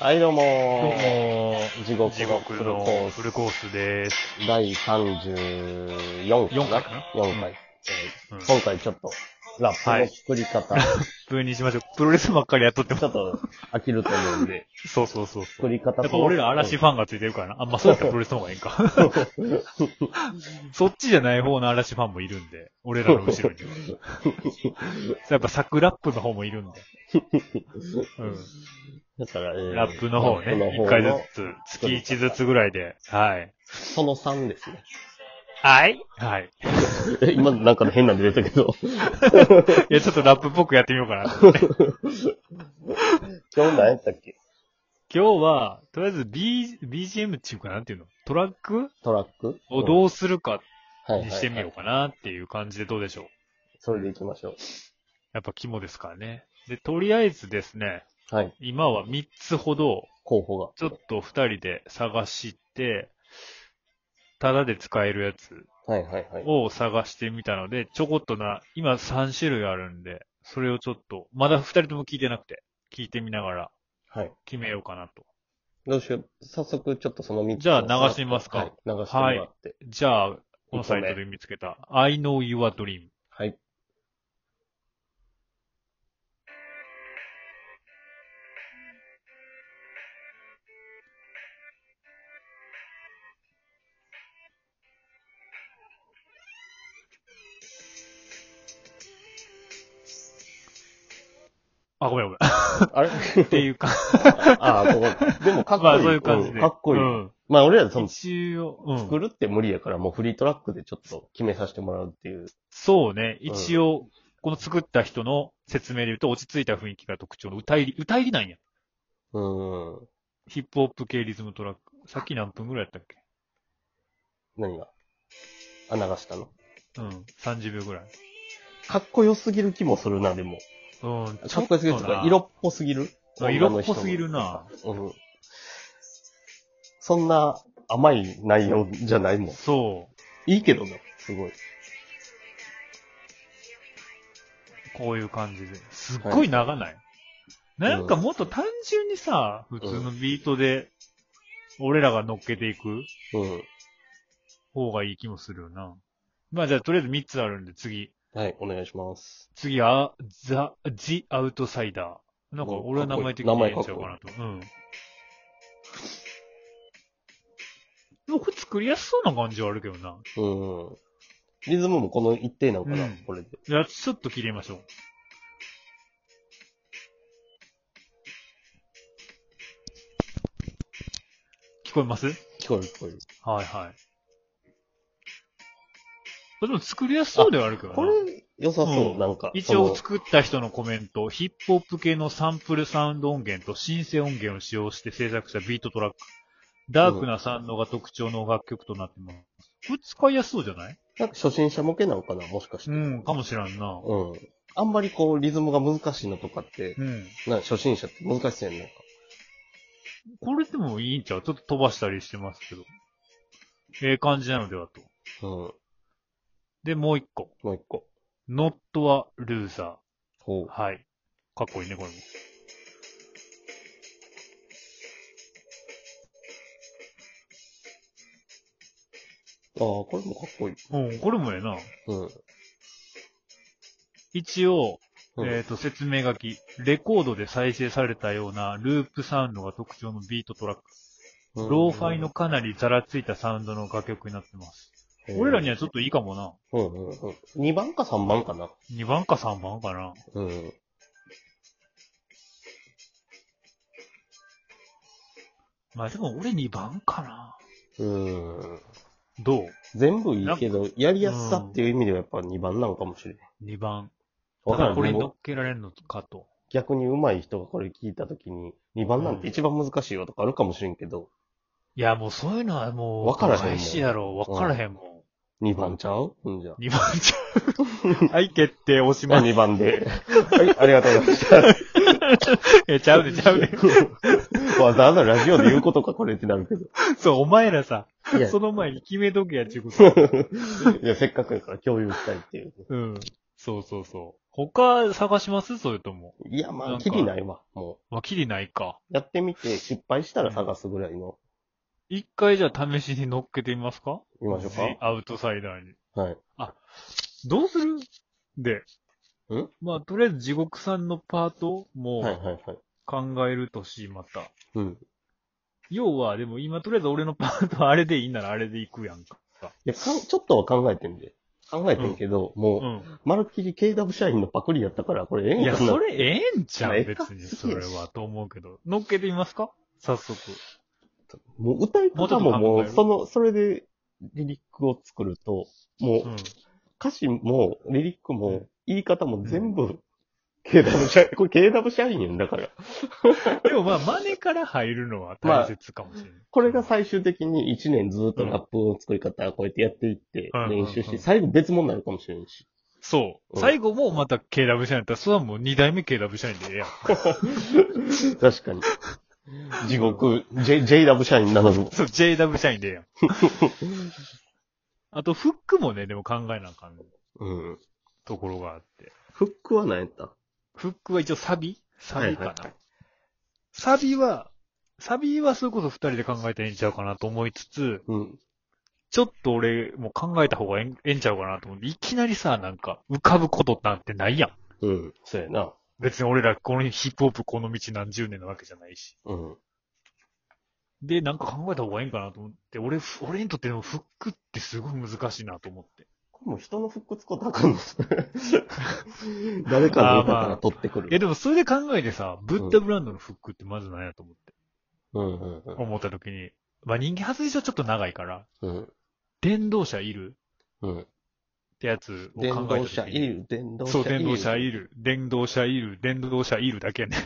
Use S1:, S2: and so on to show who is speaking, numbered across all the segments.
S1: はい、どうも
S2: どうも、
S1: 地獄
S2: 地
S1: の
S2: 獄
S1: フルコ
S2: の
S1: ー
S2: フ
S1: ス。
S2: ルコースです。
S1: 第34回
S2: 四
S1: かな
S2: 回かな
S1: 4回。
S2: うん
S1: 今回ちょっと、ラップの作り方、
S2: 普通にしましょう。プロレスばっかりやっとっても
S1: ちょ。っと飽きると思うんで、
S2: そうそうそうそう。
S1: 作り方
S2: やっぱ俺ら嵐ファンがついてるからな。あんまあそうやったらプロレスの方がいいんか。 そっちじゃない方の嵐ファンもいるんで。俺らの後 ろに。やっぱサクラップの方もいるんで。う
S1: だから、え
S2: ん。
S1: ー
S2: ラップの方
S1: ラップの
S2: ね。
S1: 方
S2: 一
S1: の
S2: 回ずつ、月一ずつぐらいで。はい。
S1: その3ですね。
S2: はいはい。
S1: え、今なんか変なんで出たけど、
S2: いや、ちょっとラップっぽくやってみようかなと思って。
S1: 今日何やったっけ
S2: 今日は、とりあえず B、BGM っていうかなんていうのトラック
S1: トラック
S2: をどうするか
S1: うん
S2: にしてみようかなっていう感じでどうでしょう。
S1: それで行きましょ
S2: やっぱ肝ですからね。で、とりあえずですね、
S1: う。はい、
S2: 今は3つほど、
S1: 候補が。
S2: ちょっと2人で探して、タダで使えるやつ
S1: はいはいはい。
S2: を探してみたので、ちょこっとな、今3種類あるんで、それをちょっと、まだ2人とも聞いてなくて、聞いてみながら
S1: はい。
S2: 決めようかなと。
S1: どうしよう。早速ちょっとその3つを。
S2: じゃあ流しますか
S1: はい、流してもらって。
S2: じゃあ、このサイトで見つけた、I know your dream。
S1: はい。
S2: あ、ごめんごめん。っ
S1: あれ
S2: ていう か、
S1: ああ、ここ。でもかっこいい。
S2: まあそういう感じで。
S1: んかっこいい。
S2: うん
S1: まあ俺らその、
S2: 一応、うん
S1: 作るって無理やから、もうフリートラックでちょっと決めさせてもらうっていう。
S2: そうね。一応、この作った人の説明で言うと、落ち着いた雰囲気が特徴の歌入り、歌入りなんや。
S1: うーん。
S2: ヒップホップ系リズムトラック。さっき何分ぐらいやったっけ
S1: 何があ、流したの。
S2: うん。30秒ぐらい。
S1: かっこよすぎる気もするな、でも。
S2: うん。ち
S1: か
S2: ょ
S1: っ
S2: っ
S1: こよす
S2: と
S1: ぎるとか、色っぽすぎる
S2: な色っぽすぎる。な。
S1: 女の人もうん。そんな甘い内容じゃないもん。
S2: そう。
S1: いいけどね、すごい。
S2: こういう感じで。すっごい長ない。なんかもっと単純にさ、普通のビートで、俺らが乗っけていく
S1: うん。
S2: 方がいい気もするよな。まあじゃあとりあえず3つあるんで次。
S1: はい、お願いします。
S2: 次は、ザ・ジ・アウトサイダー。なんか、俺は名前的に言っちゃおうかなと。うん。でもこれ作りやすそうな感じはあるけどな。
S1: うん。リズムもこの一定なのかな、
S2: うん
S1: これで。
S2: じゃあ、ちょっと切りましょう。聞こえます
S1: 聞こえる聞こえる。
S2: はいはい。これでも作りやすそうではあるけどな。
S1: これ、良さそう、
S2: うん
S1: なんか。
S2: 一応作った人のコメント、ヒップホップ系のサンプルサウンド音源とシンセ音源を使用して制作したビートトラック。ダークなサウンドが特徴の楽曲となってます。これ使いやすそうじゃない
S1: なんか初心者向けなのかなもしかして。
S2: うん、かもしらんな。
S1: うん。あんまりこう、リズムが難しいのとかって、
S2: うん。
S1: な初心者って難しそうやんのか。
S2: これでもいいんちゃうちょっと飛ばしたりしてますけど。ええ感じなのではと。
S1: うん。
S2: で、もう一個。
S1: もう一個。
S2: Not a Loser。
S1: ほう。
S2: はい。かっこいいね、これも。
S1: ああ、これもかっこいい。
S2: うん、これもええな。
S1: うん。
S2: 一応、
S1: うん
S2: えっ、と、説明書き。レコードで再生されたようなループサウンドが特徴のビートトラック。ローファイの、かなりざらついたサウンドの楽曲になってます。
S1: うん
S2: 俺らにはちょっといいかもな。
S1: うんうんうん。2番か3番かな。
S2: 2番か3番かな。
S1: うん。
S2: まあでも俺2番かな。
S1: うん。
S2: どう
S1: 全部いいけど、やりやすさっていう意味ではやっぱ2番なのかもしれん。
S2: ?2 番。
S1: わか
S2: ただ
S1: らん
S2: これに
S1: で
S2: 乗
S1: も
S2: っけられるのかと。
S1: 逆に上手い人がこれ聞いたときに、2番なんて一番難しいよとかあるかもしれんけど、
S2: いやもうそういうのはもう、
S1: わからへんもん
S2: 返しやろ。わからへんも
S1: 2番ちゃううんじゃあ
S2: ん。。2番ちゃ う。はい、決定、おしまい。
S1: 2番で。はい、ありがとうございました。
S2: え、ちゃうね、ちゃ うね。
S1: わざわざラジオで言うことか、これってなるけど。
S2: そう、お前らさ、
S1: いや、
S2: その前に決めとけや、ちゅうこと。
S1: いやせっかくやから共有したいっていう。
S2: うん。そうそうそう。他探しますそれとも。
S1: いや、ま
S2: な
S1: あ、
S2: ん
S1: き
S2: か
S1: りないわ。も
S2: まあ、きりないか。
S1: う、やってみて、失敗したら探すぐらいの、
S2: 一回じゃあ試しに乗っけてみますか
S1: 見ましょう
S2: The アウトサイダーに。
S1: か。はい。
S2: どうするで。
S1: ん
S2: まあ、とりあえず地獄さんのパートも
S1: はいはいはい。
S2: 考えるとし、また。
S1: うん。
S2: 要は、でも今とりあえず俺のパートはあれでいいならあれでいくやんか。
S1: いや、かんちょっとは考えてんで。考えてんけど、もう、
S2: う
S1: まるっきり KW 社員のパクリやったから、これえ
S2: ん。
S1: えん
S2: い
S1: か
S2: や、
S1: な
S2: それええんちゃ
S1: え
S2: う
S1: えか
S2: 別に、それは、と思うけど。乗っけてみますか早速。
S1: もう歌い方も
S2: も
S1: も
S2: う
S1: う、
S2: ちょっ
S1: そ
S2: と考える
S1: の、それで、リリックを作ると、も
S2: う。
S1: うん歌詞も、リリック
S2: う
S1: も
S2: ん、
S1: 言い方も全部、KW 社員、 これ KW 社員やんだから。
S2: でもまあ、真似から入るのは大切かもしれない。
S1: これが最終的に1年ずっとラップの作り方、こうやってやっていって
S2: うん、
S1: 練習
S2: うん
S1: し
S2: うんうん
S1: て、最後別物になるかもしれんし。
S2: そう。
S1: うん
S2: 最後もまた KW 社員やったら、それはもう2代目 KW 社員でえ えやん。
S1: 確 かに。地獄、J、JW 社員なのに。
S2: そう、JW 社員でええやん。 あと、フックもね、でも考えなあかん
S1: うん。
S2: ところがあって。
S1: フックは何やった
S2: フックは一応サビサビかな、
S1: はいはいはい
S2: サビは、サビはそれこそ二人で考えたらええんちゃうかなと思いつつ、
S1: うん。
S2: ちょっと俺も考えた方がええんええんちゃうかなと思って、いきなりさ、なんか浮かぶことなんてないやん。
S1: うん。そうやな。
S2: 別に俺らこのヒップホップこの道何十年なわけじゃないし。
S1: うん。
S2: で、なんか考えた方がええんかなと思って、俺、俺にとってのフックってすごい難しいなと思って。
S1: これも人の復活こだか んの誰かの歌から取ってく
S2: いや
S1: る。
S2: でもそれで考えてさ、ブッダブランドのフックってまず何やと思って、
S1: うんうんうん
S2: 思った時に、まあ人間発電所ちょっと長いから、
S1: うん。
S2: 電動車いる
S1: うん。
S2: ってやつを考えた
S1: 電
S2: 時に。
S1: 動車いる、電動車
S2: そ、
S1: いうる。
S2: 電動車いる、電動車いる、電動車いるだけやね。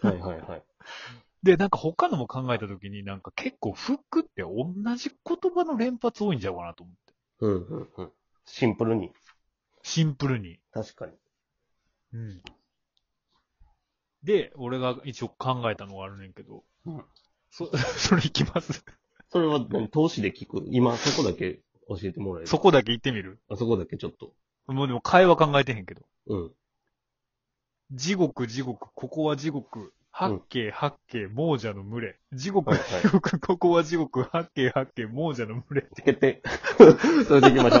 S1: はいはいはい。
S2: で、なんか他のも考えた時に、なんか結構フックって同じ言葉の連発多いんちゃうかなと思って。
S1: うんうんうん。シンプルに。
S2: シンプルに。
S1: 確かに。
S2: うん。で、俺が一応考えたのがあるねんけど、
S1: うん
S2: そ、 それいきます。
S1: それは何投資で聞く今そこだけ教えてもらえる
S2: そこだけ言ってみる
S1: あそこだけちょっと。
S2: もうでも会話考えてへんけど。
S1: うん。
S2: 地獄、地獄、ここは地獄。八景、八景、亡者の群れ。地獄、
S1: はい
S2: 地
S1: はい
S2: 獄、ここは地獄。八景、八景、亡者の群れ。
S1: 決定。 それで行きましょ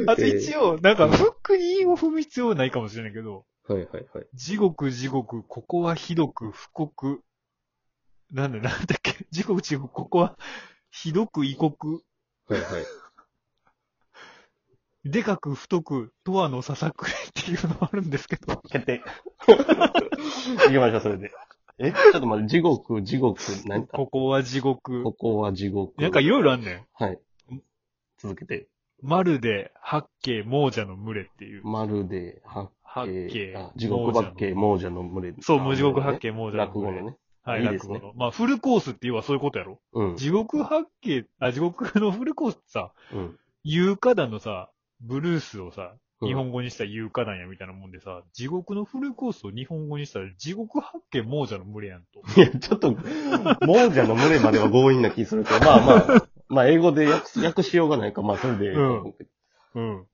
S1: う。
S2: あと一応、なんか、フックにを踏む必要はないかもしれないけど、
S1: はいはいはい。
S2: 地獄、地獄、ここはひどく、不国。なんだ、なんだっけ。地獄、地獄、ここはひどく、異国。
S1: はいはい。
S2: でかく、太く、とわのささくれっていうのもあるんです けど。
S1: 決定。行きましょう、それで。え、ちょっと待って、地獄、地獄、何か。
S2: ここは地獄
S1: こ。こは地獄。
S2: なんかいろいろあんねん。
S1: はい。続けて。
S2: まるで八景亡者の群れっていう。
S1: まるで、八
S2: 八
S1: 景
S2: 景。
S1: あ地獄八景、亡者の群れ。
S2: そう、
S1: あ
S2: 無地獄八景亡者の
S1: 落
S2: 群
S1: 語
S2: れ。
S1: のね。
S2: はい、
S1: いいで
S2: 落
S1: す
S2: 語
S1: ね
S2: の。まあ、フルコースって言えばそういうことやろ。
S1: うん。
S2: 地獄八景、あ、地獄のフルコースってさ、
S1: うん。
S2: 有価団のさ、ブルースをさ、
S1: うん
S2: 日本語にした有価団やみたいなもんでさ、地獄のフルコースを日本語にしたら地獄八景亡者の群れやんと。
S1: いや、ちょっと、亡者の群れまでは強引な気するけど、まあまあ、まあ英語で訳す訳しようがないか、まあそれで、
S2: うんうん。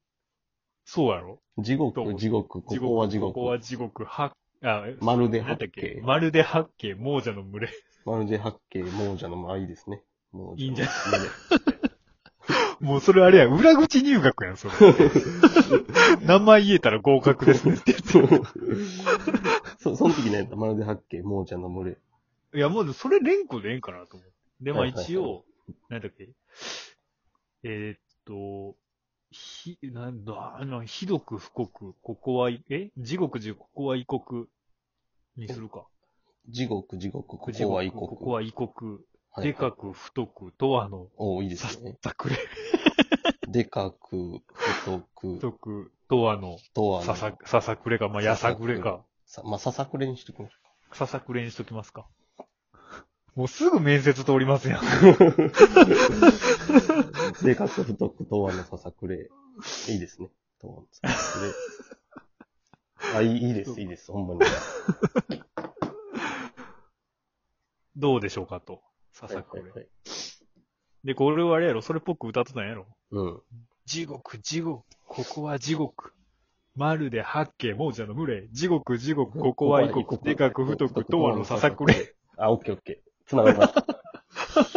S2: そうやろ
S1: 地獄、地獄、ここは地
S2: ここは
S1: 獄。
S2: 地獄、八、あ、
S1: まるで
S2: なん
S1: 八
S2: だっけ
S1: 景。
S2: まるで八景亡者の群れ。
S1: まるで八景、亡者の、まあいいですね。亡者の
S2: いいんじゃ
S1: 群れ
S2: もうそれあれや、裏口入学やん、そ れ。名前言えたら合格ですねってやつ。
S1: そ、その時ね、まるで八景、亡者の群れ。
S2: いや、もうそれ連呼でええんかなと思って。で、まあ
S1: はいはいはい
S2: 一応、なんだっけ、えーっと、ひ、なんだ、あの、ひどく不国、ここは、え地獄中、ここは異国にするか。
S1: 地獄、地獄、ここは異国。
S2: ここは異国。
S1: はい
S2: でかく太く、とはの、
S1: おいいで
S2: さっ
S1: すね。
S2: さくれ、
S1: でかく、太く、
S2: 太く、とはの、
S1: とは、
S2: ささ、ささくれか、まあ、やさぐれか。。
S1: さまあ、ささくれにしときまし
S2: ささくれにしときますか。もうすぐ面接通りますやん。
S1: ょ う。でかく、太く、とはのささくれ。いいですね。とはのささく れ。あ、いい、いいです、いいです、ほんまに。
S2: どうでしょうかと。さ
S1: はい
S2: さ
S1: は
S2: く
S1: い
S2: れ。
S1: はい。
S2: で、これはあれやろそれっぽく歌ってたんやろ
S1: うん。
S2: 地獄、地獄、こここは地獄。まるで八景、もうじゃの群れ。地獄、地獄、ここは異国。でかく太く、とわのささくれ。
S1: あ、オッケーオッケー。繋がりました。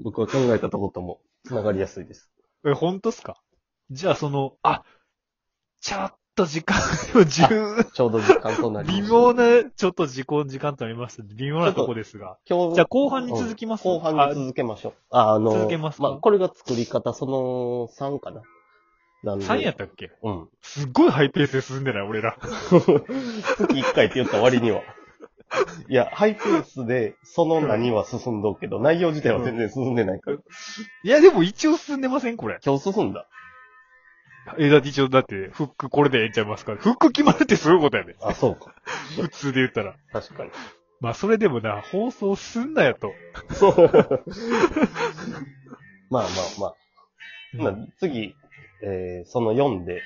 S1: 僕は考えたとことも繋がりやすいです。
S2: え、ほんとっすかじゃあその、あ、ちょっと時間を10、
S1: ちょうど時間となりま
S2: 微
S1: した
S2: 妙な、ちょっと時間、時間となりましたね。微妙なとこですが。
S1: 今日
S2: じゃあ後半に続きます、
S1: 後半に
S2: あ
S1: 続けましょう。あ、あの、
S2: 続けますか
S1: まあ、これが作り方、その3かな。なんで。
S2: 3やったっけ
S1: うん。
S2: すっごいハイペースで進んでない、俺ら。
S1: 月1回って言った割には。いや、ハイペースで、その何は進んどくけど、内容自体は全然進んでないから。
S2: いや、でも一応進んでませんこれ。
S1: 今日進んだ。
S2: え、だって一応、だって、フックこれでええんちゃいますかフック決まるってすごいことやで。
S1: あ、そうか。
S2: 普通で言ったら。
S1: 確かに。
S2: まあ、それでもな、放送すんなよと。
S1: そう。まあまあまあ。な次、えー、その4で、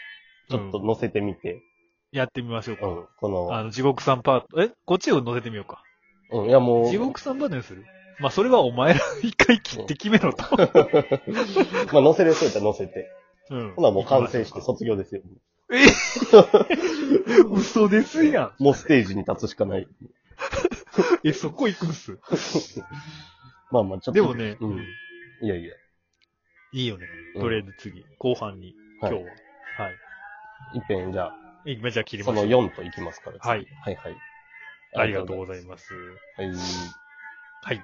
S1: ちょっと載せてみて、
S2: やってみましょう
S1: う
S2: か。
S1: ん、この、
S2: あの、地獄さんパート、えこっちを載せてみようか。
S1: うん、いやもう、
S2: 地獄さんパートにするまあ、それはお前ら 一回切って決めろと。
S1: まあ載せれそうやったら載せて。
S2: うん
S1: ほなもう完成して卒業ですよ。
S2: え 嘘ですやん。
S1: もうステージに立つしかない。
S2: え、そこ行くんす。
S1: まあまあ、ちょっと。
S2: でもね
S1: うん。いやいや。
S2: いいよね。
S1: うん
S2: とりあえず次、後半に、今
S1: は
S2: 日
S1: い
S2: は。はい。
S1: いっぺん、じゃあ、
S2: え今じゃあ切り
S1: そ
S2: まし
S1: の
S2: ょう。
S1: 4といきますから。
S2: はい。
S1: はいはい。
S2: ありがとうございます。
S1: はい。
S2: はい。